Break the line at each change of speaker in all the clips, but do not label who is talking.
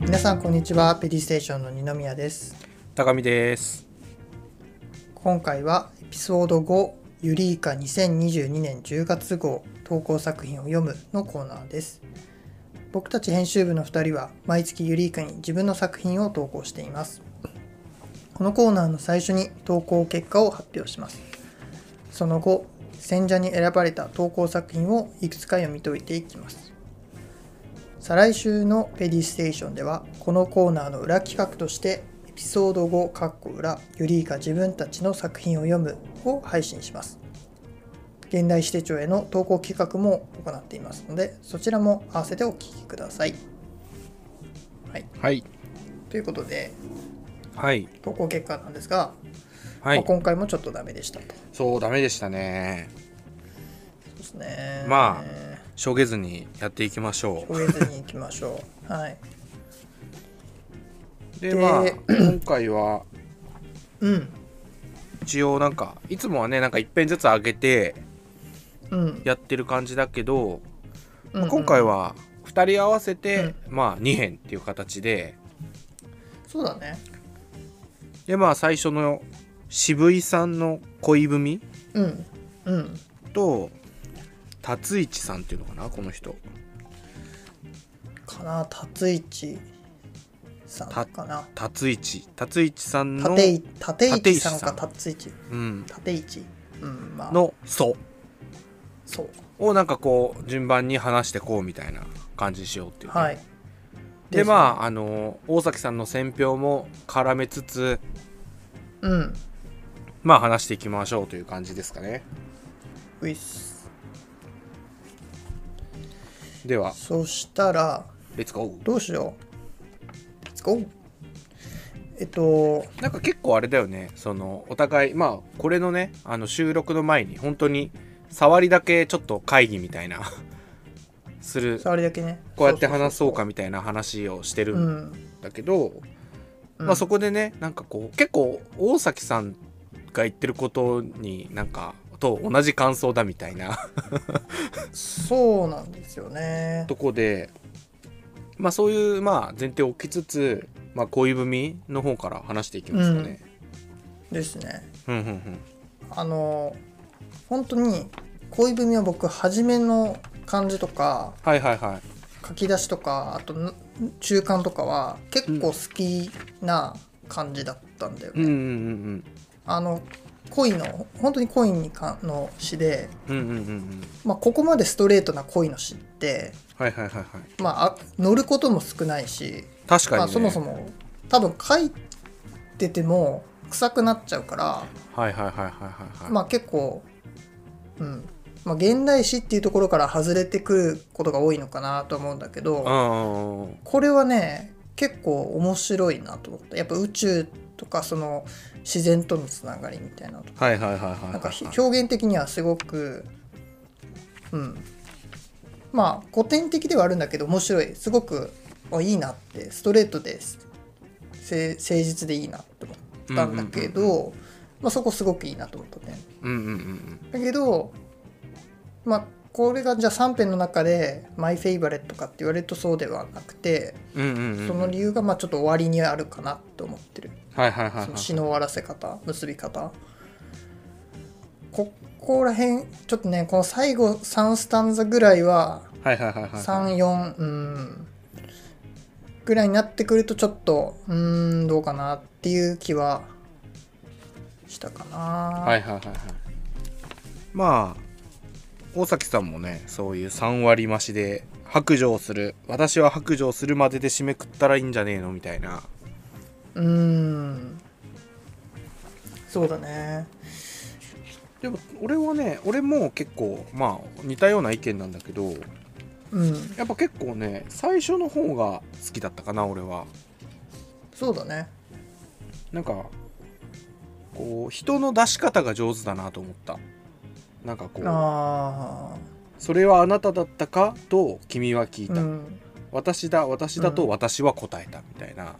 皆さんこんにちはペディステーションの二宮です
高見です。
今回はエピソード5ユリイカ2022年10月号投稿作品を読むのコーナーです僕たち編集部の2人は毎月ユリイカに自分の作品を投稿していますこのコーナーの最初に投稿結果を発表しますその後選者に選ばれた投稿作品をいくつか読み解いていきます再来週のペディステーションではこのコーナーの裏企画としてエピソード5かっこ裏ユリイカ自分たちの作品を読むを配信します現代史手帳への投稿企画も行っていますのでそちらも合わせてお聞きくださいはい
はい。
ということで
はい。
投稿結果なんですが、
は
まあ
い。
今回もちょっとダメでしたと
そう、ダメでしたね。
そうですね
ましょげずにやっていきましょ。
焦げずに行きましょうはいう
で、
で
まあ、今回は、
うん
一応なんか、いつもはね、なんか一遍ずつ上げて
うん
やってる感じだけど、
うん
ま
う
あ
ん
今回は2人合わせて、まあ2編っていう形で、
そうだね
で、まあ最初の渋井さんの恋文
うんうん
と、辰一さんっていうのかな、この人。
かな達一さんかな
辰一。辰一さんの、
立一立一
立石
さ
さん
んか達一
うん、
立一うんまあ
の、そう。
そう
をなんかこう順番に話してこうみたいな感じにしようっていうね、
はい
でまああの大崎さんの選評も絡めつつ
あうん
まあ話していきましょうという感じですかね
ういっす
では
そしたら
レッツゴー
どうしよう Let's go えっと
なんか結構あれだよねそのお互いまあこれのねあの収録の前に本当に触りだけちょっと会議みたいな する
触りだけね
こうやって話そうかみたいな話をしてる
うんん
だけど、
うん
まあそこでねなんかこう結構大崎さんが言ってることになんかと同じ感想だみたいな
そうなんですよね
とこでまあそういうまあ前提を置きつつ、まあ、恋文の方から話していきますかね。
ですね
うんうんうん
あの本当に恋文は僕初めの感じとか
はいはいはい。
書き出しとかあとな中間とかは結構好きな感じだったんだよ
う
ね、
んうん
あの恋の本当に恋にかの詩で、
うんうんうんうんうん
まあ、ここまでストレートな恋の詩って、
はいはいはいはい。
まああ、乗ることも少ないし、
確かに、ね
まあ、そもそも多分書いてても臭くなっちゃうから、
はいはいはいはいはいはい。
まあ、結構、うんまあ、現代詩っていうところから外れてくることが多いのかなと思うんだけど、
うんうんうん
これはね結構面白いなと思ったやっぱ宇宙とかその自然とのつながりみたいなのとか
はいはいはいはいはい。
なんかひ表現的にはすごくうんまあ古典的ではあるんだけど面白いすごくあいいなってストレートですせ誠実でいいなって思ったんだけ
うん
どまあそこすごくいいなと思ったね。
うんうんうん
だけどまあこれがじゃあ3編の中でマイフェイバレットかって言われるとそうではなくて
うん。うんうんうん。
その理由がまあちょっと終わりにあるかなと思ってる
はいはいはいはい
その詩の終わらせ方結び方ここら辺ちょっとねこの最後3スタンザぐらいは
はいはいはいはいはい。
34うんぐらいになってくるとちょっとうーんどうかなっていう気はしたかな
はいはいはいはいまあ大崎さんもねそういう3割増しで白状する私は白状するまでで締めくったらいいんじゃねえのみたいな
うーんそうだね
でも俺はね俺も結構まあ似たような意見なんだけど
うん
やっぱ結構ね最初の方が好きだったかな俺は
そうだね
なんかこう人の出し方が上手だなと思ったなんかこう
あ
「それはあなただったか?」と「君は聞い
あう
た」
ん
私だ私だ
う
と
ん
私は答えたみたいな、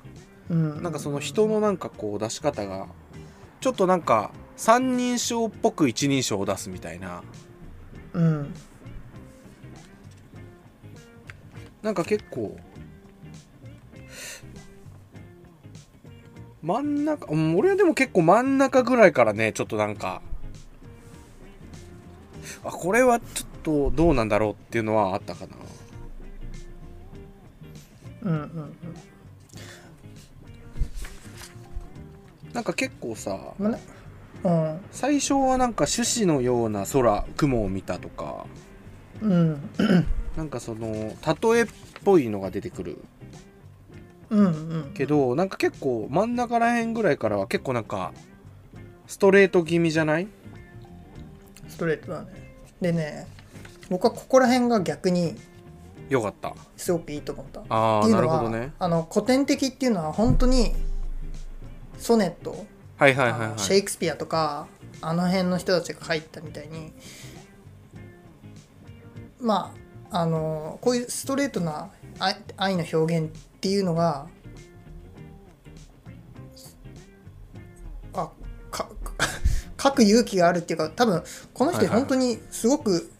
うん
なんかその人のなんかこう出し方がちょっとなんか三人称っぽく一人称を出すみたいな
うん
なんか結構真ん中うん俺はでも結構真ん中ぐらいからねちょっとなんかあこれはちょっとどうなんだろうっていうのはあったかな
うんうんうん
なんか結構さ
まあねうん
最初はなんか種子のような空雲を見たとか
うん
なんかその例えっぽいのが出てくる
うんうん
けどなんか結構真ん中らへんぐらいからは結構なんかストレート気味じゃない
ストレートだねでね僕はここら辺が逆に
よかった
すごくいいと思った
あ
って
あ
いう
な
の
る
は
ほどね
あの古典的っていうのは本当にソネット、
はいはいはい
あ
は
のシェ
い
イクスピアとかあの辺の人たちが入ったみたいにまああのこういうストレートな愛愛の表現っていうのがあか か書く勇気があるっていうか多分この
はい
人
はいはい
本当にすごく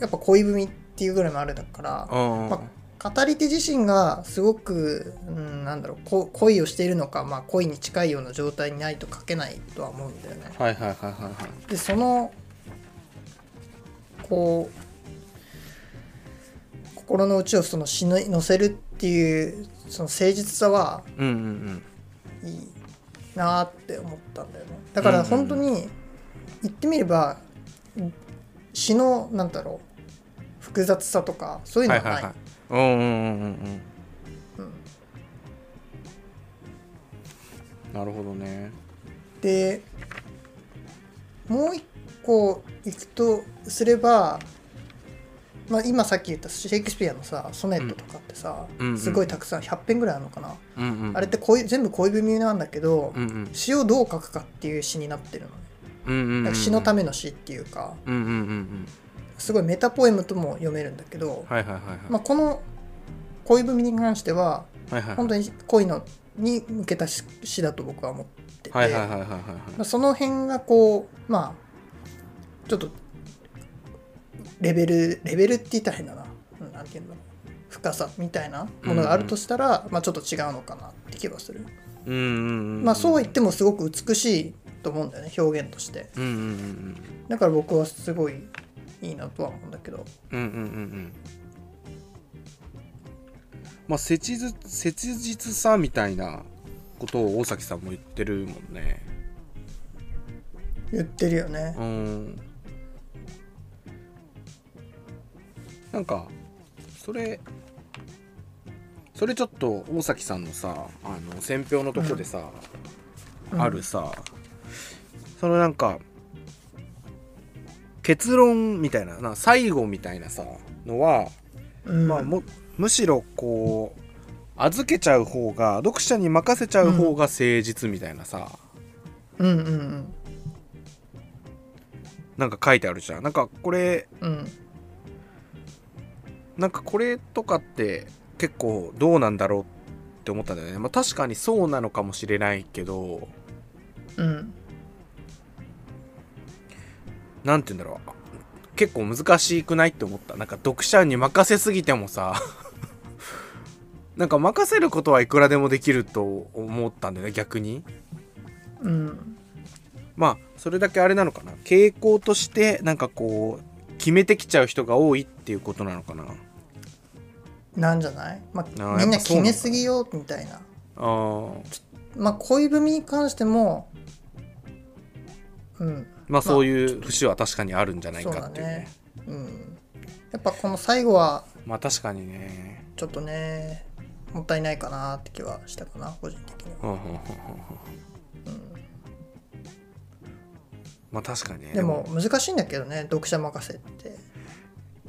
やっぱ恋文っていうぐらいもあるだから。
うん
まあ、語り手自身がすごく、うん、なんだろうこ恋をしているのか、まあ、恋に近いような状態にないと書けないとは思うんだよね。
はいはいはいはいはい
でそのこう心の内をその詩に乗せるっていうその誠実さは
うんうんうん
いいなーって思ったんだよね。だから
うんうんうん
本当に言ってみれば詩のなんだろう複雑さとかそういうの
は
はいない。
はいはいうんうんうんうん
うん
うんなるほどね
でもう一個いくとすれば、まあ、今さっき言ったシェイクスピアのさソネットとかってさ、
うんうん
すごいたくさん100編ぐらいあるのかな、
うんうん
あれって恋全部恋文なんだけど、
うんうん
詩をどう書くかっていう詩になってるのね
うんうんうん
なんか詩のための詩っていうか
うんうんうんうん
すごいメタポエムとも読めるんだけど、
はいはいはいはい
まあ、この恋文に関しては
はいはい
本当に恋のに向けた詩詩だと僕は思ってて。
はいはいはいはいはいは
まあ、その辺がこうまあちょっとレベルレベルって言ったら変だなうんなんて言うんだろう深さみたいなものがあるとしたら、まあ、ちょっと違うのかなって気がする、
いうんうんうん
まあそうは言ってもすごく美しいと思うんだよね表現として
うんうんうん
だから僕はすごいいいなとは思うんだけど
うんうんうんうんまあ切実切実さみたいなことを大崎さんも言ってるもんね
言ってるよね
うんなんかそれそれちょっと大崎さんのさあの選票のとこでさ、
うん
あるさそのなんか結論みたいなな最後みたいなさのは
うん
まあ、もむしろこう預けちゃう方が読者に任せちゃう方が誠実みたいなさ、
うんうん
なんか書いてあるじゃんなんかこれ
うんうん
なんかこれとかって結構どうなんだろうって思ったんだよね、まあ、確かにそうなのかもしれないけど
うん
なんて言うんだろう結構難しくないって思ったなんか読者に任せすぎてもさ なんか任せることはいくらでもできると思ったんだよね逆に
うん
まあそれだけあれなのかな傾向としてなんかこう決めてきちゃう人が多いっていうことなのかな
なんじゃない、ま
あ
あ、
ー
みん
や
な
っぱそ
決
うなんだ
めすぎよみたいな
あー
まあ恋文に関してもうん
まあそういう節は確かにあるんじゃないかっていうね,、
うんやっぱこの最後は
まあ確かにね
ちょっとねもったいないかなって気はしたかな個人的には
うんうんうんうんうんまあ確かにね
でも難しいんだけどね読者任せって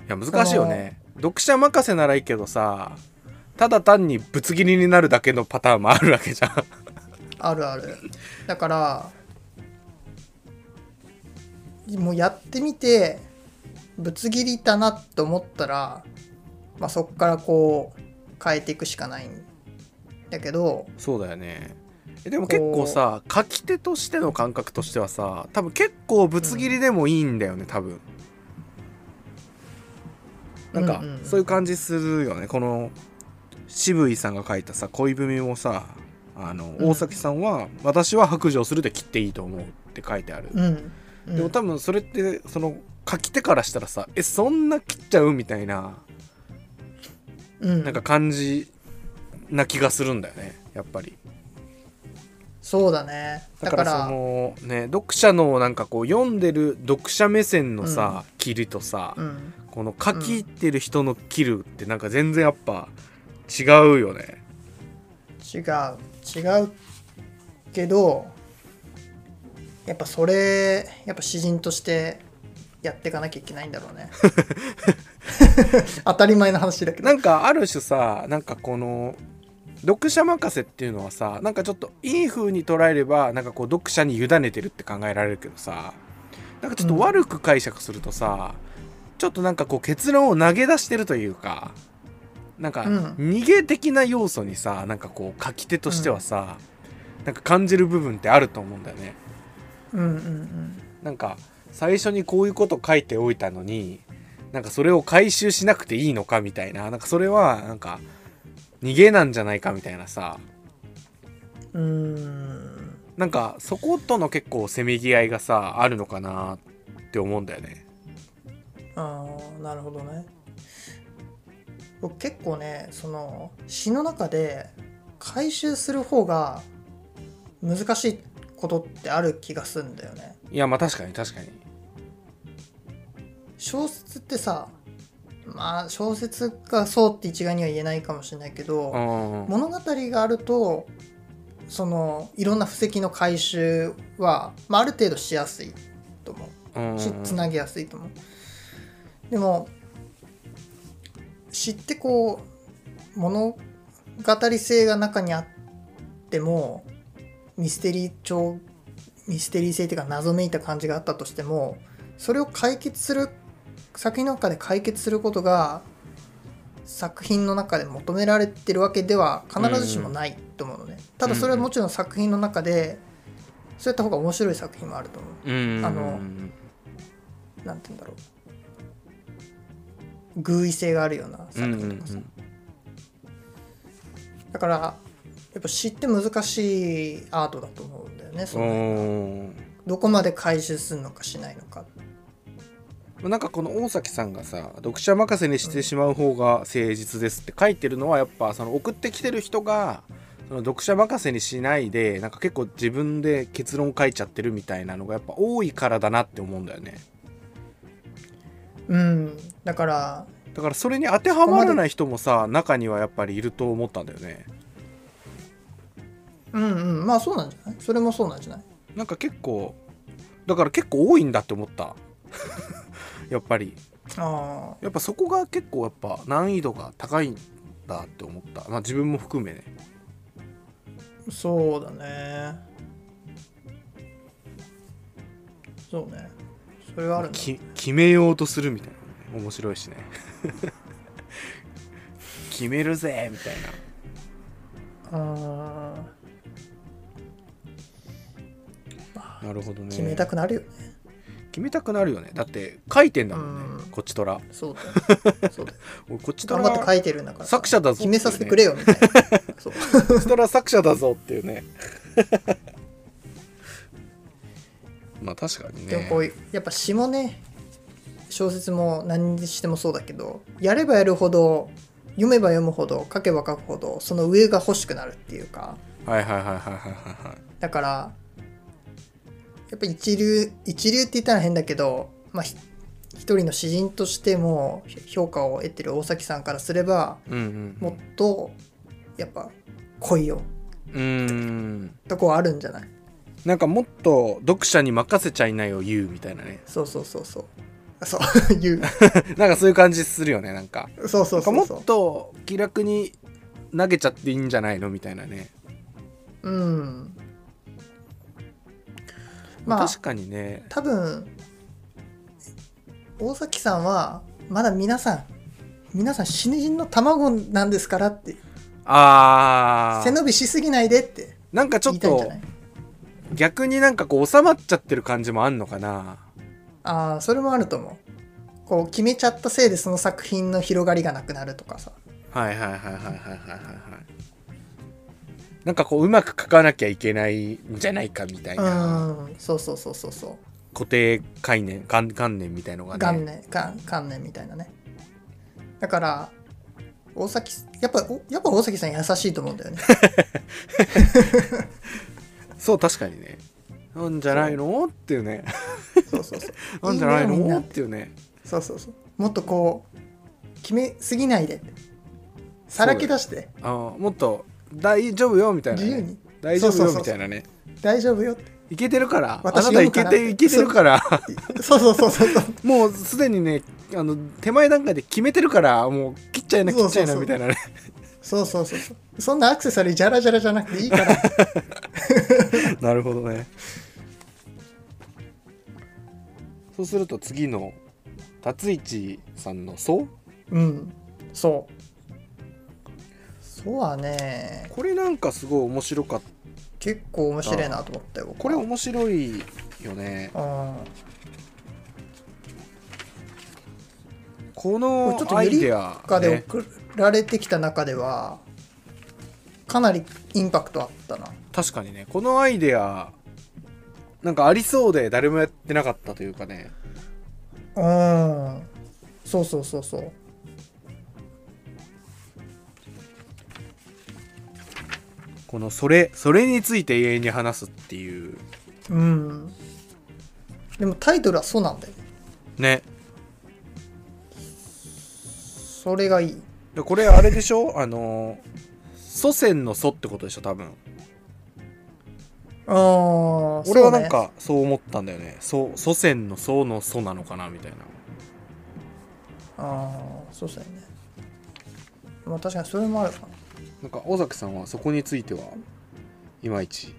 でもいや難しいよね読者任せならいいけどさただ単にぶつ切りになるだけのパターンもあるわけじゃん
あるあるだからもうやってみてぶつ切りだなと思ったら、まあ、そこからこう変えていくしかないんだけど
そうだよねえでも結構さ書き手としての感覚としてはさ多分結構ぶつ切りでもいいんだよね、多分なんか、
うんうん
そういう感じするよねこの渋井さんが書いたさ恋文もさあの、
うん
大崎さんは「私は白状するで切っていいと思う」って書いてある、
うん、うん、
でも多分それってその書き手からしたらさ「えそんな切っちゃう?」みたいな
うん、
なんか感じな気がするんだよねやっぱり。
そうだね
だ
だ
か
からら
そのね読者のなんかこう読んでる読者目線のさ、切りとさ、
うん、
この書き入ってる人の切るってなんか全然やっぱ違うよね。
違う違うけどやっぱそれやっぱ詩人としてやっていかなきゃいけないんだろう ね当たり前の話だけど
なんかある種さなんかこの読者任せっていうのはさなんかちょっといい風に捉えればなんかこう読者に委ねてるって考えられるけどさなんかちょっと悪く解釈するとさ、ちょっとなんかこう結論を投げ出してるというかなんか
うん
逃げ的な要素にさなんかこう書き手としてはさ、なんか感じる部分ってあると思うんだよね。
うんうんうん
なんか最初にこういうこと書いておいたのになんかそれを回収しなくていいのかみたいななんかそれはなんか逃げなんじゃないかみたいなさ
うーん
なんかそことの結構せめぎ合いがさあるのかなって思うんだよね。
ああなるほどね僕結構ねその詩の中で回収する方が難しいことってある気がするんだよね
いやまあ確かに確かに。
小説ってさまあ小説がそうって一概には言えないかもしれないけど、
うんうん
物語があるとそのいろんな布石の回収は、まあ、ある程度しやすいと思う
うんうん
しつなぎやすいと思う。でも詩ってこう物語性が中にあってもミステリー調ミステリー性っていうか謎めいた感じがあったとしてもそれを解決する作品の中で解決することが作品の中で求められてるわけでは必ずしもないと思うのね、ただそれはもちろん作品の中でそういった方が面白い作品もあると思う
うん
あのなんて言うんだろう偶意性があるような
うん
作
うんう
品と
ん
かさ、だからやっぱ知って難しいアートだと思うんだよねその
うん
どこまで回収するのかしないのか
なんかこの大崎さんがさ読者任せにしてしまう方が誠実ですって書いてるのはやっぱその送ってきてる人がその読者任せにしないでなんか結構自分で結論書いちゃってるみたいなのがやっぱ多いからだなって思うんだよね
うんだから
だからそれに当てはまらない人もさ中にはやっぱりいると思ったんだよね
うんうんまあそうなんじゃないそれもそうなんじゃない
なんか結構だから結構多いんだって思った やっぱり
あ
やっぱそこが結構やっぱ難易度が高いんだって思ったまあ自分も含めね
あそうだねそうねそれはあるね
き決めようとするみたいなね面白いしね 決めるぜみたいな
あー
なるほどね
決めたくなるよね
決めたくなるよねだって書いてんだもんね
うん
こっちとら
そうだ よそうだよ
俺こっちと
頑
ら
張って書
こ
いてるんだからさ
作者だぞ
決めさせてくれよみ たいなそう
っちとら作者だぞっていうね まあ確かに
でもこう
ね
いうやっぱ詩もね小説も何にしてもそうだけどやればやるほど読めば読むほど書けば書くほどその上が欲しくなるっていうか
はいはいはいはいはいはいはい
だからやっぱ一流一流って言ったら変だけど、まあ、ひ一人の詩人としてもひ評価を得てる大崎さんからすれば
うんうん
もっとやっぱ来いよ
うーん
とこはあるんじゃない
なんかもっと読者に任せちゃいないを言うみたいなね
そうそうそうそうあそう言う
なんかそういう感じするよねなんか
そうそうそう
なんか
そ
もっと気楽に投げちゃっていいんじゃないのみたいなね、
ううん
ま
まあ
あ、確かにね
多分大崎さんはまだ皆さん皆さん死人の卵なんですからって
あ
背伸びしすぎないでって
なんかちょ
言
っ
いたいんじゃ
と
ない
逆になんかこう収まっちゃってる感じもあんのかな
ああそれもあると思うこう決めちゃったせいでその作品の広がりがなくなるとかさ
はいはいはいはいはいはいはいなんかこううまく書かなきゃいけないんじゃないかみたいうな
ーんそうそうそうそうそう
固定概念観観念みたいのがね
元年元元年みたいなねだから大崎やっぱおやっぱ大崎さん優しいと思うんだよね
そう確かにねなんじゃないのっていうね
そうそうそう
なんじゃない
いいねみん
の
な
っていうね
そうそうそうもっとこう決めすぎないでさらけ出して
あーもっと大丈夫よみたいな
自
ね、
由に
大丈夫
そうそう
よ
そう
みたいなね
大丈夫よって
いけてるからあな
私
た
読
い
むか
け
ら
ていけてるから
そうそうそうそうそう
もうすでにねあの手前段階で決めてるからもう切っちゃいな
そ
切
う
っち
そ
ゃ
う
いな
そう
みたいなね
そうそうそうそうそんなアクセサリーじゃらじゃらじゃなくていいから
なるほどねそうすると次の達一さんの「そう
うんそうそうはね
これなんかすごい面白かった
結構面白いなと思ったよ
これ面白いよね
うんこ
こ
れ
の
ちょっと
ア
ユ
イ
リ
デア、
カで
ね、
送られてきた中では、かなりインパクトあったな
確かにねこのアイデアなんかありそうで誰もやってなかったというかね
うんそうそうそうそう
このそれそれについて永遠に話すっていう
うんでもタイトルは「そうなんだよね
ね
それがいい
でこれあれでしょ あの祖先の祖ってことでしょ多分
ああ
俺はなんかそう思ったんだよね祖祖先の祖の祖なのかなみたいな
ああーそうだよねまあ確かにそれもあるかな
なんか尾崎さんはそこについてはいまいち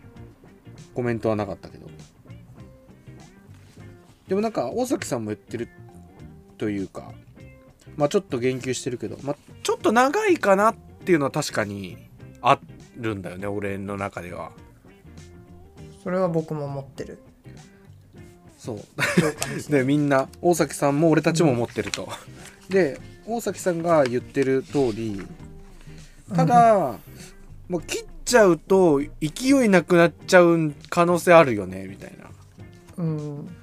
コメントはなかったけどでもなんか尾崎さんも言ってるというかまあちょっと言及してるけど、まあ、ちょっと長いかなっていうのは確かにあるんだよね俺の中では
それは僕も持ってる
そう
共感 ですね
でみんな大崎さんも俺たちも持ってると、で大崎さんが言ってる通りただ、もう切っちゃうと勢いなくなっちゃう可能性あるよねみたいな
うん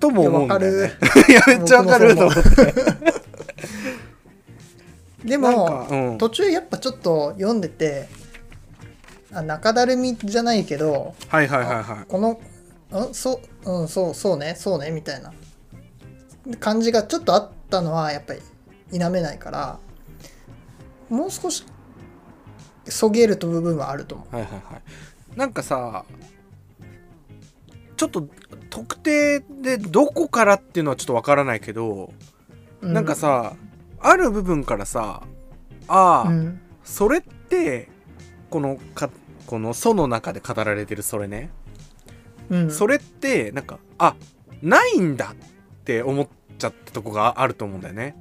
とも思うんだよ
いや
ね
わ
いやめっちゃわかると思って
で
なん
も、
かうん
途中やっぱちょっと読んでてあ中だるみじゃないけど
はいはいはいは
このうんそううんそうそうねそうねみたいな感じがちょっとあったのはやっぱり否めないからもう少しそげると部分はあると思
いはいはいはいなんかさちょっと特定でどこからっていうのはちょっとわからないけど、
う、
なんかさある部分からさああ、
うん
それってこのかこの「そ」の中で語られてるそれね、
うん
それってなんかあないんだって思っちゃったとこがあると思うんだよね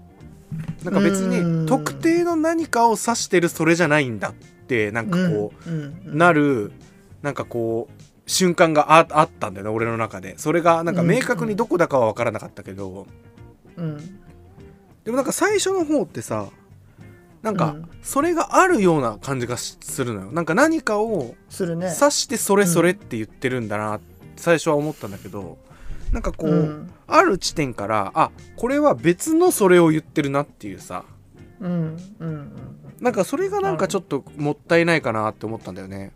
なんか別
う
に
ん
特定の何かを指してるそれじゃないんだってなんかこ
うんうん
う、なるなんかこう瞬間がああったんだよね俺の中でそれがなんか明確にどこだかは分からなかったけど、
うん
でもなんか最初の方ってさなん
う
か
ん
それがあるような感じがしするのよなんか何かを
するね
指してそれそれって言ってるんだなって最初は思ったんだけどなんかこう、
うん
ある地点からあこれは別のそれを言ってるなっていうさ
うんうん
なんかそれがなんかちょっともったいないかなって思ったんだよね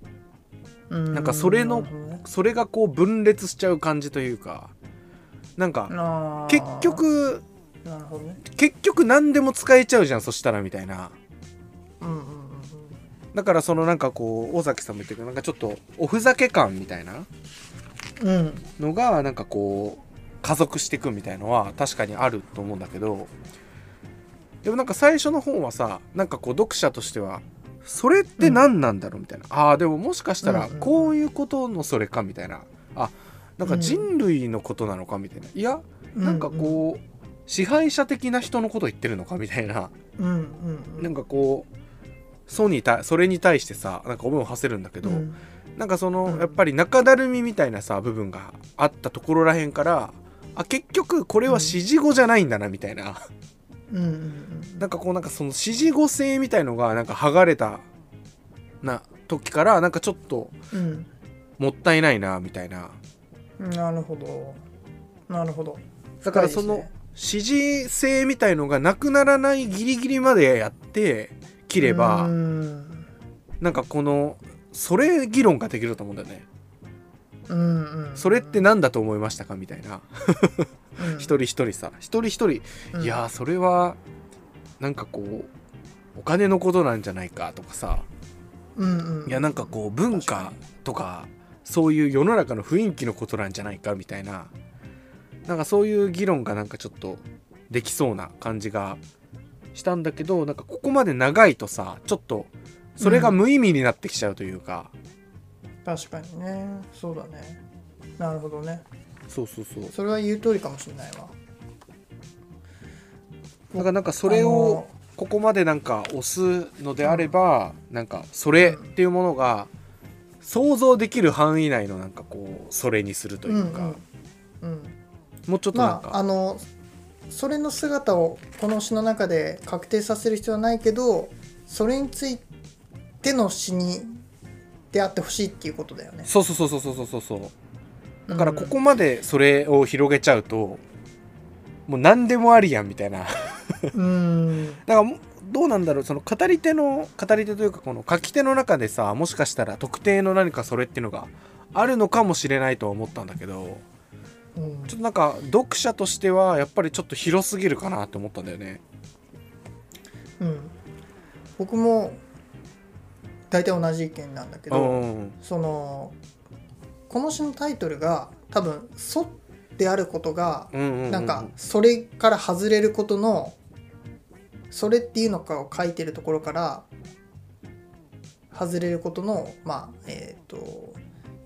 うん
なんかそれの
なるほどね
それがこう分裂しちゃう感じというかなんか
あー
結局
なるほどね
結局何でも使えちゃうじゃんそしたらみたいな
うんうんうんうん
だからそのなんかこう尾崎さんも言ってるけどなんかちょっとおふざけ感みたいな
うん
のがなんかこう加速していくみたいのは確かにあると思うんだけどでもなんか最初の本はさなんかこう読者としてはそれって何なんだろうみたいな、ああでももしかしたら
うんうん
こういうことのそれかみたいなあなんか人類のことなのかみたいないやなんかこう支配者的な人のこと言ってるのかみたいな
うんうんうん
なんかこうそにたそれに対してさなんか思いを馳せるんだけど、
うん
なんかその、
うん
やっぱり中だるみみたいなさ部分があったところらへんからあ結局これは指示語じゃないんだなみたいな、
うんうん
なんかこうなんかその指示語性みたいのがなんか剥がれたな時からなんかちょっと
うん
もったいないなみたいな
うんなるほどなるほど
だから
深
そ
いです
の
ね
指示性みたいのがなくならないギリギリまでやって切れ
う
ば、
ん
なんかこのそれ議論ができると思うんだよね。
うんうん
それって何だと思いましたかみたいな
うん
一人一人さ一人一人、
うん
いやーそれはなんかこうお金のことなんじゃないかとかさ
うんうん
いやなんかこう文
確
化とかそういう世の中の雰囲気のことなんじゃないかみたいななんかそういう議論がなんかちょっとできそうな感じがしたんだけどなんかここまで長いとさちょっとそれが無意味になってきちゃうというか、
確かにねそうだねなるほどね
そうそうそう
それは言う通りかもしれないわ
だからなんかそれ
あ
を
の
ここまでなんか押すのであれば、なんかそれっていうものが想像できる範囲内のなんかこうそれにするというか、
うんうんうん
もうちょっとなん
ま
か、
ああのそれの姿をこの詩の中で確定させる必要はないけどそれについての詩に出会ってほしいっていうことだよね
そうそうそうそうそうそうそうだからこ
うん
こまでそれを広げちゃうともう何でもありやんみたいな だか
うん
らもうどうなんだろうその語り手の語り手というかこの書き手の中でさもしかしたら特定の何かそれっていうのがあるのかもしれないとは思ったんだけど
うん
ちょっとなんか読者としてはやっぱりちょっと広すぎるかなって思ったんだよね。
うん僕も大体同じ意見なんだけ
う
ど
ん
そのこの詩のタイトルが多分「そ」であることが
うんうんうん
なんかそれから外れることのそれっていうのかを書いてるところから外れることのまあえっ、と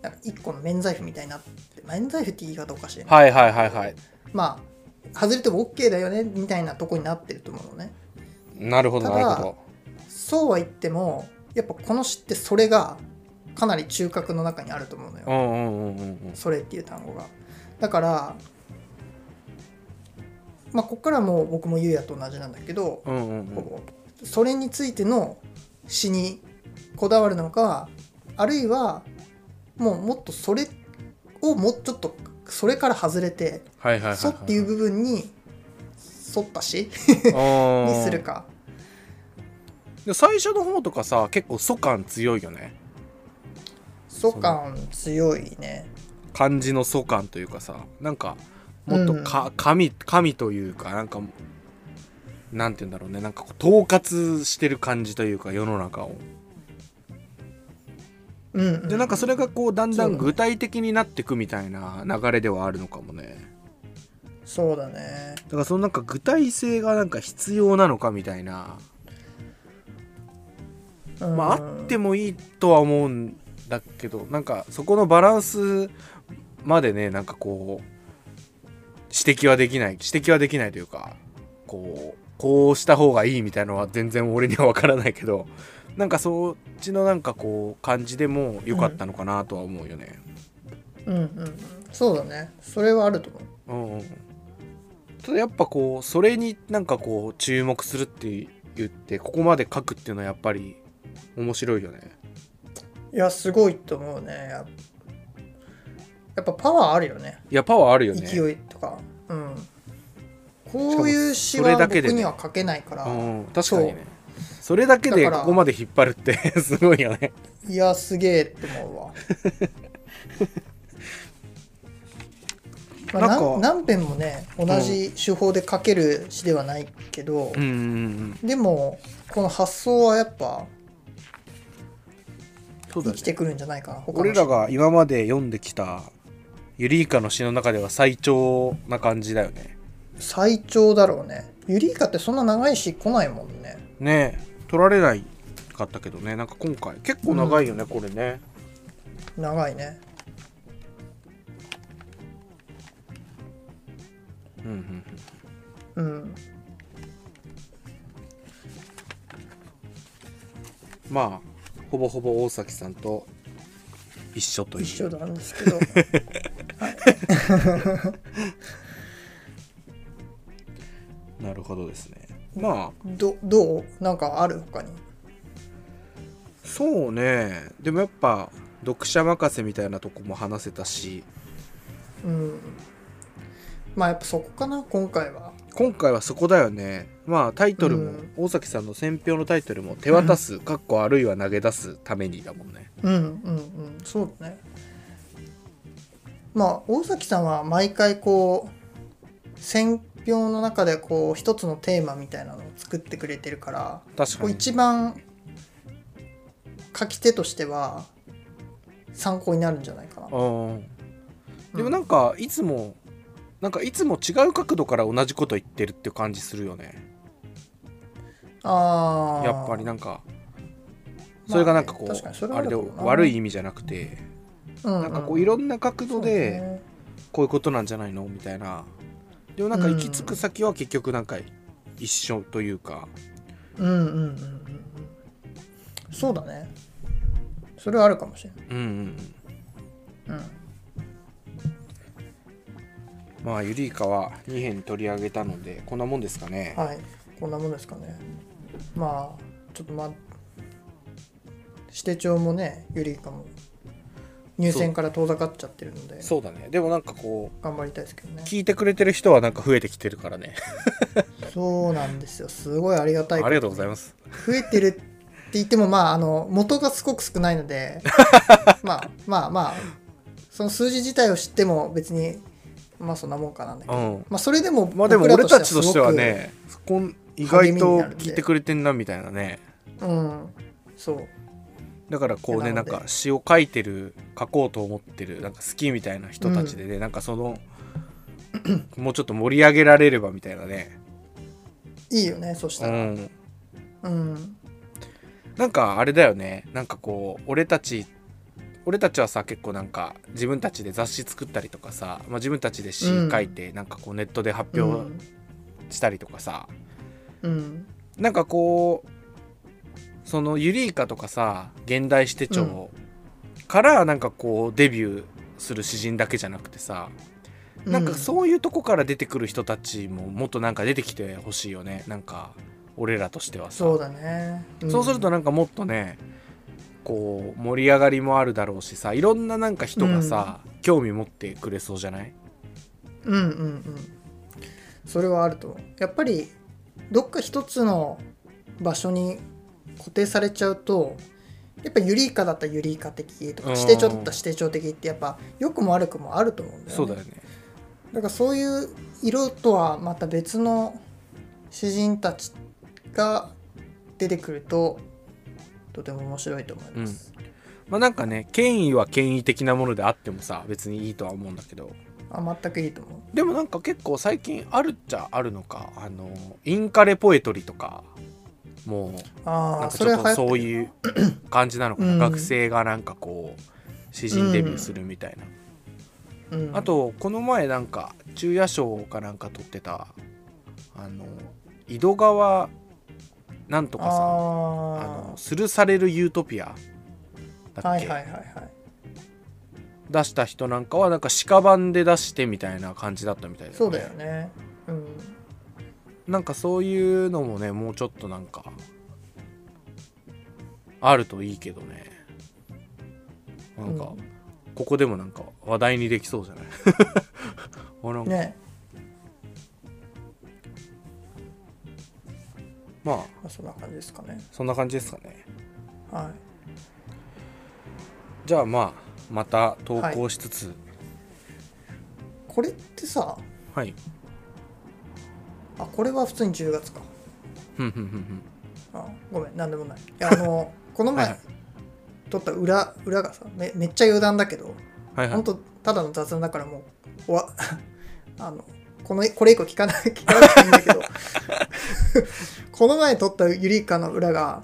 なんか一個の免罪符みたいになって免罪符って言い方おかしいな、
はいはいはいはい
まあ外れても OK だよねみたいなとこになってると思うのね
なるほど
た
な
だ
るほ
そうは言ってもやっぱこの詩ってそれがかなり中核の中にあると思うのよ
どうんうんうんうんうん
それっていう単語がだからまあここからはもう僕もゆうやと同じなんだけど、
うんうんうん
こうそれについての詩にこだわるのかあるいはもうもっとそれをもうちょっとそれから外れて
はいはい
「
はい
そ」っていう
部
部分に沿った詩
分
にするか
で最初の方とかさ結構素感強いよね
素感強いね
漢字の素感というかさなんかもっとか、神神というかなんかなんて言うんだろうねなんかこう統括してる感じというか世の中を
うん、う
でなんかそれがこうだんだ
そ
ん
うだね
具体的になってくみたいな流れではあるのかもね
そうだね
だからそのなんか具体性がなんか必要なのかみたいなまああって
も
もいいとは思うんだけどなんかそこのバランスまでねなんかこう指摘はできない指摘はできないというかこうこうした方がいいみたいのは全然俺には分からないけどなんかそっちのなんかこう感じでも良かったのかなとは思うよね。
うんうんうんそうだねそれはあると思う
うんうんただやっぱこうそれになんかこう注目するって言ってここまで書くっていうのはやっぱり面白いよね。
いやすごいと思うねやっやっぱパワーあるよね
いやパワーあるよね。
勢いとか、うん、こういう詩は
しかもそれだ
僕
けでね
には書けないから、
うん、確かにねそれだけで
だから
ここまで引っ張るって すごいよね
いやすげえって思 うわまあ、
なんか
なん何編もね同じ手法で書ける詩ではないけど、
うんうん
でもこの発想はやっぱ
そう
生きてくるんじゃないかな他の詩
俺らが今まで読んできたユリイカの詩の中では最長な感じだよね
最長だろうねユリイカってそんな長い詩来ないもんね
ねえ取られないかったけどねなんか今回結構長いよね、これね
長いね
うんうん
うん
まあほぼほぼ大崎さんと一緒という
一緒なんですけど
なるほどですねまあ
どどうなんかある他に
そうねでもやっぱ読者任せみたいなとこも話せたし
うんまあやっぱそこかな今回は
今回はそこだよねまあタイトルも、
うん
大崎さんの選評のタイトルも「手渡す」かっこあるいは投げ出すためにだもんね
うんうんうんそうだねまあ大崎さんは毎回こう選票の中でこう一つのテーマみたいなのを作ってくれてるから
確
こ
か
う
に
一番書き手としては参考になるんじゃないかな。
うんでもなん
か、
んかいつもなんかいつも違う角度から同じこと言ってるっていう感じするよね
あー
やっぱりなんかそれがなんかこ
まあね確かにそうれ
あ
はある
れで
だろうな
悪い意味じゃなくて
うんうん
なんかこういろんな角
そ
度
う
で
ね
こういうことなんじゃないのみたいなでもなんか行き着く先は結局なんか一緒というか、
うんうんうんうんうんそうだねそれはあるかもしれない、
うんうんうん、
うん、
まあユリイカは2編取り上げたのでこんなもんですかね、
はい、こんなもんですかね。まあ、ちょっとまあ、指定帳もね、ゆりかも入選から遠ざかっちゃってるので、
そうだねでもなんかこう
頑張りたいですけどね。
聞いてくれてる人はなんか増えてきてるからね
そうなんですよ、すごいありがた
あ
い。
りがとうございます
増えてるって言っても、まあ、あの元がすごく少ないの で、まあまあまあ、その数字自体を知っても別に、まあそんなもんかなんだけ
う
ど、
ん
まあそれでも、
まあでも俺たちとしてはねこん意
励
外
みに
と
なるんで
聞いてくれてんなみたいなね
すごく、うん、そう。
だからこうね
いや
な
なんので
か詩を書いてる書こうと思ってるなんか好きみたいな人たちでね、なんかそのもうちょっと盛り上げられればみたいなね、
いいよね、そし
う
たら。
ん、
うん。
なんかあれだよねなんかこう俺たち俺たちはさ結構なんか自分たちで雑誌作ったりとかさ、まあ、自分たちで詩書いて、なんかこうネットで発表したりとかさ、
うん。
なんかこうそのユリイカとかさ現代史手帳からなんかこうデビューする詩人だけじゃなくてさ、なんか
う
そういうとこから出てくる人たちももっとなんか出てきてほしいよねなんか俺らとしては
ん
さ
そうだね、
そうするとなんかもっとねこう盛り上がりもあるだろうしさいろんななんか人がさ、興味持ってくれそうじゃない
うんうんうんうんそれはあると思うやっぱりどっか一つの場所に固定されちゃうとやっぱユリイカだったらユリイカ的とか
うん
指定帳だったら指定帳的ってやっぱ良くも悪くもあると思うんだよね
そうだよね
だからそういう色とはまた別の詩人たちが出てくるととても面白いと思います、
まあなんかね権威は権威的なものであってもさ別にいいとは思うんだけど
あ全くいいと思う
でもなんか結構最近あるっちゃあるのかあのインカレポエトリとかもう
あ
なん
あ
か
そ
ち
れ
ょ
は流
っと
行
そ
う
ういう感じなのかな、
うん
学生がなんかこう詩人デビューするみたいな、
うん
あとこの前なんか昼夜賞かなんか撮ってたあの井戸川なんとかさんあ
あ
の「吊るされるユートピア」だっけ、
あはいはいはいはい
出した人なんかはなんか鹿版で出してみたいな感じだったみたいだ
そうだよねうん
なんかそういうのもねもうちょっとなんかあるといいけどねなんか、
うん
ここでもなんか話題にできそうじゃないあなんか
ね
まあ
まあそんな感じですかね
そんな感じですかね
は
じゃあまあまた投稿しつつ
いこれってさ
はい
あこれは普通に10月か
ふんふんふんふん
あごめん何でもないいやあ のこの前
はいはい
撮った裏裏がさめめっちゃ余談だけど
はいは
本
い
当ただの雑談だからもう終わ あのこのこれ以降聞かない 聞かなくていいんだけどこの前撮ったユリイカの裏が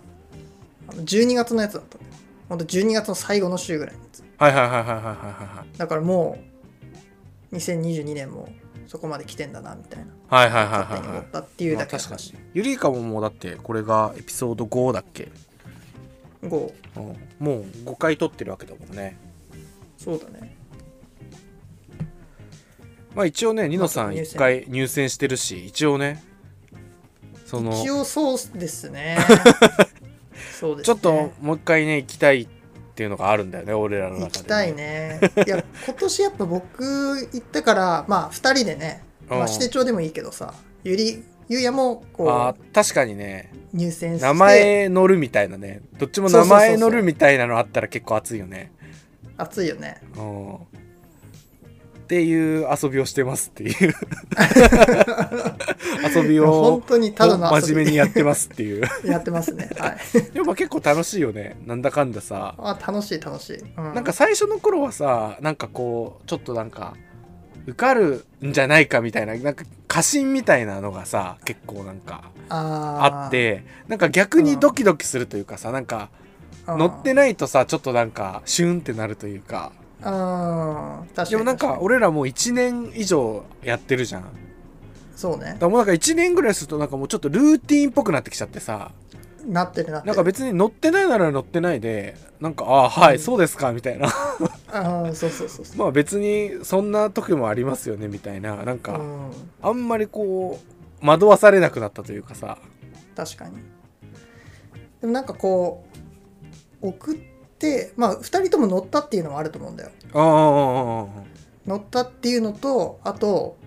あの12月のやつだったのよほんと12月の最後の週ぐらいのやつ
はいはいはいはいはいは
だからもう2022年もそこまで来てんだなみたいない
はいはいはいはい
勝手に
はい
思
は
ったってい
いうまあ
だけ
確かにゆりかももうだってこれがエピソード5だっけ、
5
うんもう5回撮ってるわけだもんね
そうだね
まあ一応ねニノさん
入選
一回入選してるし一応ねその
一応そうです ねそうですね
ちょっともう一回ね行きたいっていうのがあるんだよね俺らの中で、
行きたいねいや今年やっぱ僕行ったからまあ2人でね、まあ、
うん
指定帳でもいいけどさゆりゆうやも
あ
こ
ー確かにね
う入選して
名前乗るみたいなねどっちも名前乗るみたいなのあったら結構熱いよね
熱いよね
うんっていう遊びをしてますっていう 遊び
本
を
当にただの遊び
真面目にやってますっていう
やってますねはい
でも結構楽しいよねなんだかんださ
あ楽しい楽しい、うん
なんか最初の頃はさなんかこうちょっとなんか受かるんじゃないかみたいななんか過信みたいなのがさ結構なんか
あー
あってなんか逆にドキドキするというかさなんか
うん
乗ってないとさちょっとなんかシュンってなるというか
うん確かに
でもなん
確
か
に
俺らもう1年以上やってるじゃんだか
そうね
らもうなんか1年ぐらいするとなんかもうちょっとルーティンっぽくなってきちゃってさ
なってるなって
な
る
んか別に乗ってないなら乗ってないでなんかああはい、
うん
そうですかみたいな
あーそうそうそうそう
まあ別にそんな時もありますよねみたいななんか
うん、
あんまりこう惑わされなくなったというかさ
確かにでもなんかこう送ってまあ2人とも乗ったっていうのもあると思うんだよ
ああ
乗ったっていうのとあと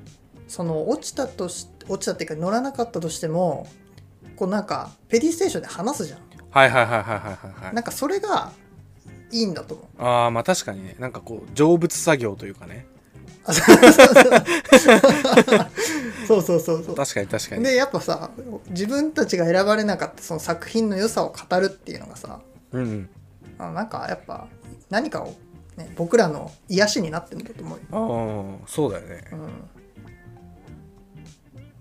その落ちたとし落ちたっていうか乗らなかったとしてもこうなんかペディステーションで話すじゃん、
はいはいはいはいはいはいはい
なんかそれがいいんだと思 う
ああまあ確かにねなんかこう成仏作業というかね
あそうそうそうそうそうそう
確かに確かに
でやっぱさ自分たちが選ばれなかったその作品の良さを語るっていうのがさ
うんうん
あなんかやっぱ何かを、ね、僕らの癒しになってるんだと思うよ、
ああそうだよね
うん、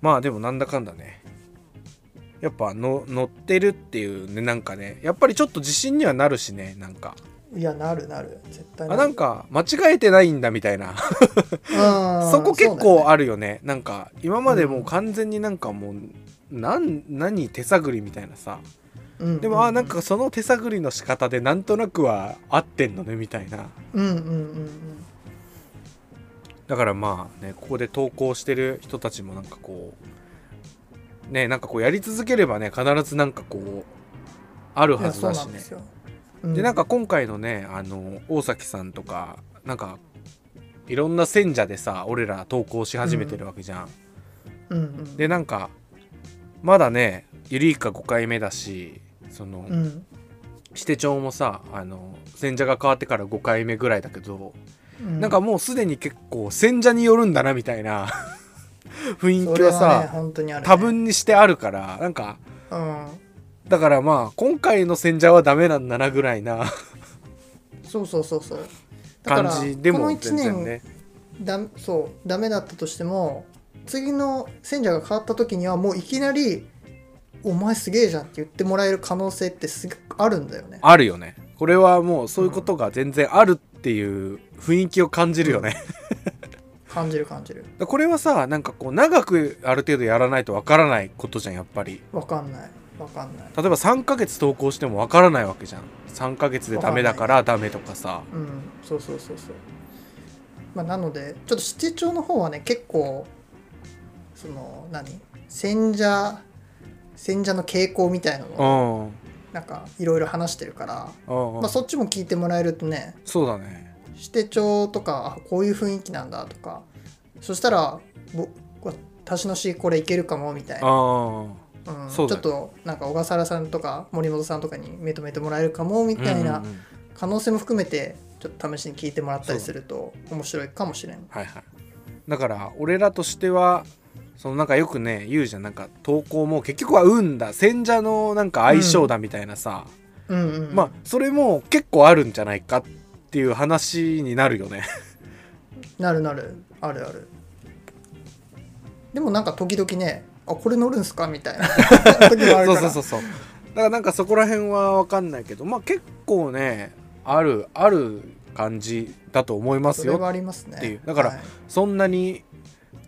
まあでもなんだかんだねやっぱの乗ってるっていうねなんかねやっぱりちょっと自信にはなるしねなんか
いやなるなる絶対
あ
なる
なんか間違えてないんだみたい
う
な
ん
そこ結
そうだよ
構
ね
あるよねなんか今までもう完全になんかもうなん何手探りみたいなさ
うんうんうん
でもあなんかその手探りの仕方でなんとなくは合ってんのねみたいな
うんうんうん
だからまあねここで投稿してる人たちもなんかこうねなんかこうやり続ければね必ずなんかこうある
うんい
は
や
ず
そう
だ
な
し
んで
ね
すよ、
で,、
う
なんか今回のねあの大崎さんとかなんかいろんな選者でさ俺ら投稿し始めてるわけじゃん、
うんうん
でなんかまだねゆりいか5回目だしその、
うん
指定帳もさあの選者が変わってから5回目ぐらいだけど
うん
なんかもうすでに結構選者によるんだなみたいな 雰囲
そ
気
れ
は
はね
さ
本当にある、ね、
多分にしてあるからなんか
う
だからまあ今回の選者はダメなんだなぐらい なん
そうそうそうそうだから
感じで
この
も
1
全然
年
ね
だそうダメだったとしても次の選者が変わった時にはもういきなり「お前すげえじゃん」って言ってもらえる可能性ってすごくあるんだよね
あるよねこれはもうそういうことが全然あるっていう雰囲気を感じるよね、
感じる感じる
これはさなんかこう長くある程度やらないとわからないことじゃんやっぱり
わかんないわかんない
例えば3ヶ月投稿してもわからないわけじゃん3ヶ月でダメだからダメとかさ
うんそうそうそうそうまあなのでちょっと七長の方はね結構その何選者選者の傾向みたいな
う
のを
んうん
なんかいろいろ話してるから、
うん
まあ、そっちも聞いてもらえるとね
そうだね
指定帳とかあこういう雰囲気なんだとかそしたらぼ私の詩これいけるかもみたいな、
ああ
うんち
そ
ょ
うだ
っ
ね
となんか小笠原さんとか森本さんとかに認めてもらえるかもみたい
うん
な
うんうん
可能性も含めてちょっと試しに聞いてもらったりすると面白いかもしれん。
はいはいだから俺らとしてはそのなんかよくね言うじゃんなんか投稿も結局は運だ選者のなんか相性だみたいなさ、
うんうん
まあそれも結構あるんじゃないかっていう話になるよね
なるなるあるあるでもなんか時々ねあこれ乗るんすかみた いな時もある
そ
か
う
ら
そうそうそうだからなんかそこら辺は分かんないけどまあ結構ねあるある感じだと思います
それは
よ
ありますね
っていうだから
はい
そんなに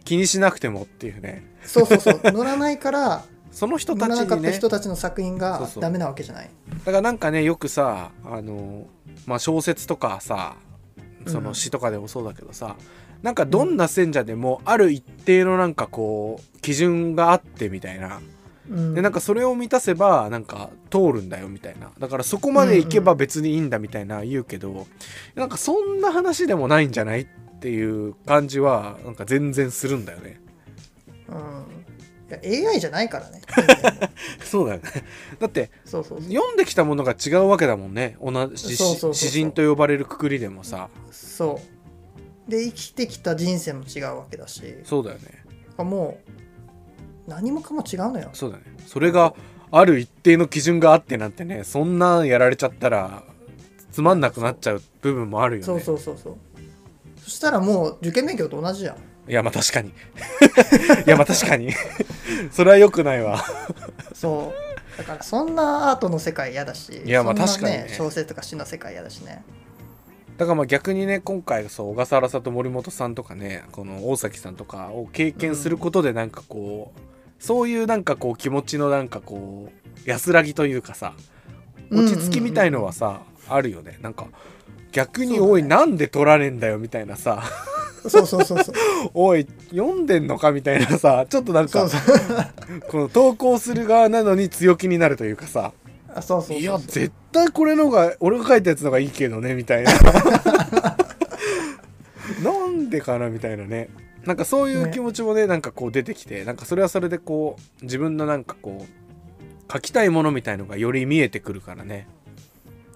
気にしなくてもっていうね
そうそうそう乗らないから
その人
乗
た
ら
ち
なかっ
に
た
ね
人たちの作品
そう
が
そう
ダメなわけじゃない
だからなんかねよくさあの、まあ、小説とかさその
うん
詩とかでもそうだけどさ、なんかどんな選者でもある一定のなんかこう基準があってみたいな
うん
でなんかそれを満たせばなんか通るんだよみたいなだからそこまで行けば別にいいんだみたいな言うけど、なんかそんな話でもないんじゃないっていう感じはなんか全然するんだよ ね。
うんいや AI じゃない からね
そうだよねだって
そうそうそう
読んできたものが違うわけだもんね同じ
そうそうそうそう
詩詩人と呼ばれるくくりでもさ
そうで生きてきた人生も違うわけだし
そうだよね
もう何もかも違うのよ
そうだねそれがある一定の基準があってなんてねそんなんやられちゃったらつまんなくなっちゃう部分もあるよね
そうそうそうそうそしたらもう受験勉強と同じじゃ ん
いやまあ確かにいやまあ確かに それは良くないわ
そうだからそんなアートの世界嫌だし
いやまあ
そんな
確かにね
小説とか詩の世界嫌だしね
だからまあ逆にね今回そう小笠原さんと森本さんとかねこの大崎さんとかを経験することでなんかこう、そういうなんかこう気持ちのなんかこう安らぎというかさ落ち着きみたいのはさ、あるよねなんか逆に「
そうだね
おい、なんで取らねえんだよ」みたいなさ
そうそうそうそう
「おい読んでんのか」みたいなさちょっとなん
そう
か
そう
この投稿する側なのに強気になるというかさ
あそうそうそうそう
いや絶対これのが俺が書いたやつのがいいけどねみた いななんでかなみたいなねなんかそういう
ね
気持ちもねなんかこう出てきてなんかそれはそれでこう自分のなんかこう書きたいものみたいのがより見えてくるからね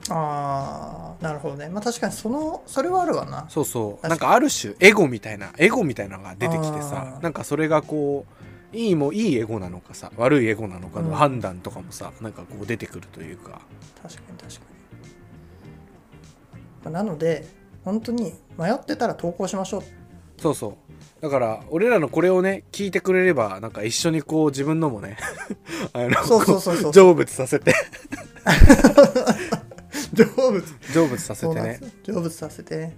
ああなるほどねまあ確かにそのそれはあるわな
そうそう
確かに
なんかある種エゴみたいなエゴみたいなのが出てきてさ
あー
なんかそれがこういいもいいエゴなのかさ悪いエゴなのか
う
の
ん
判断とかもさ、なんかこう出てくるというか
確かに確かにまあなので本当に迷ってたら投稿しましょ う
そうそうだから俺らのこれをね聞いてくれればなんか一緒にこう自分のもね あの
そうそうそうそう
こ成仏させて
成仏
成仏させ
そう
て
なんで
ね
すよ成仏させて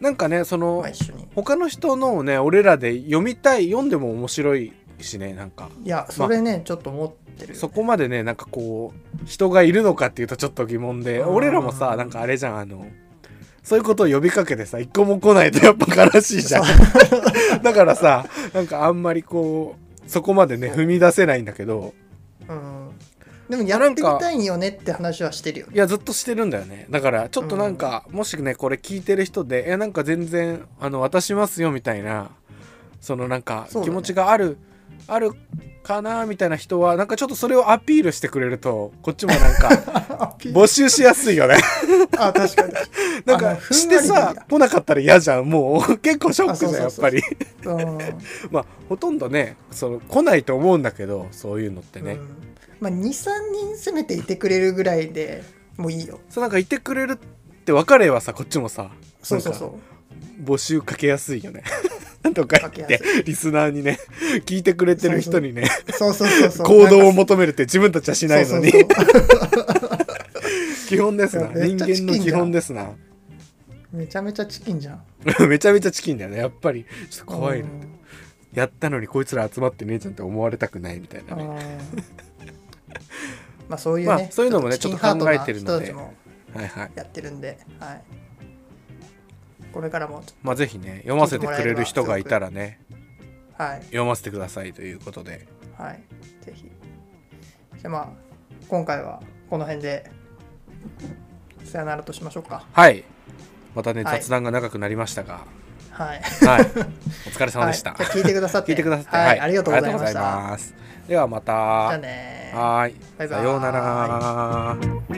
なんかねその、
まあ一緒に
他の人のをね俺らで読みたい読んでも面白いしねなんか
いやそれね、ちょっと思ってるよ
そこまでねなんかこう人がいるのかっていうとちょっと疑問で
あー
俺らもさなんかあれじゃんあのそういうことを呼びかけてさ一個も来ないとやっぱ悲しいじゃん だからさなんかあんまりこうそこまでね
そう
踏み出せないんだけど
うんでもやってみたいよねって話はしてるよね
いやずっとしてるんだよねだからちょっとなんか、もしねこれ聞いてる人でえなんか全然あの渡しますよみたいなそのなんか
そうだ
気
ね
持ちがある、あるかなみたいな人はなんかちょっとそれをアピールしてくれるとこっちもなん か
あピ
募集しやす いよね
あ確かに
なん
あ
か
のふんわり
して
でいい
さ
や
来なかったら嫌じゃんもう 結構ショックだよや
あ
っ
そうそ
ぱ
うそう
り
うん
まあほとんどねその来ないと思うんだけどそういうのってね、
うんまあ23人せめていてくれるぐらいでもういいよ
そうなんかいてくれるって分かればさこっちもさ
そうそうそ
なんか
う
募集かけやすいよね。 とか言
か
っ
けや
てリスナーにね聞いてくれてる人にね
そうそうそうそう
行動を
も
求めるって自分たちはしないのに
そうそうそう
基本ですな
めっ
人
ちゃチキンじゃん
間の基本ですな
めちゃめちゃチキンじゃん
めちゃめちゃチキンだよねやっぱりちょっと怖いな
うん
やったのにこいつら集まってねえじゃんって思われたくないみたいなね
うん まあそういうね、
まあそういうのもね
チキンハートな
ちょっと考えてるの
人た
で
ちも
はいはい
やってるんで、はい、これからも、
まあぜひね読ませてくれる人がいたらね
はい
読ませてくださいということで
はい、ぜひじゃあまあ今回はこの辺でさよならとしましょうか
はいまたね
はい
雑談が長くなりまし たが
はい
はいお疲れ様でした
はい、じゃあ聞いてくださって
聞いてくださって
はい、ありがとうございました
ありがとうございますではまた
じゃあねー
はーい。
バイバーイ
さようなら。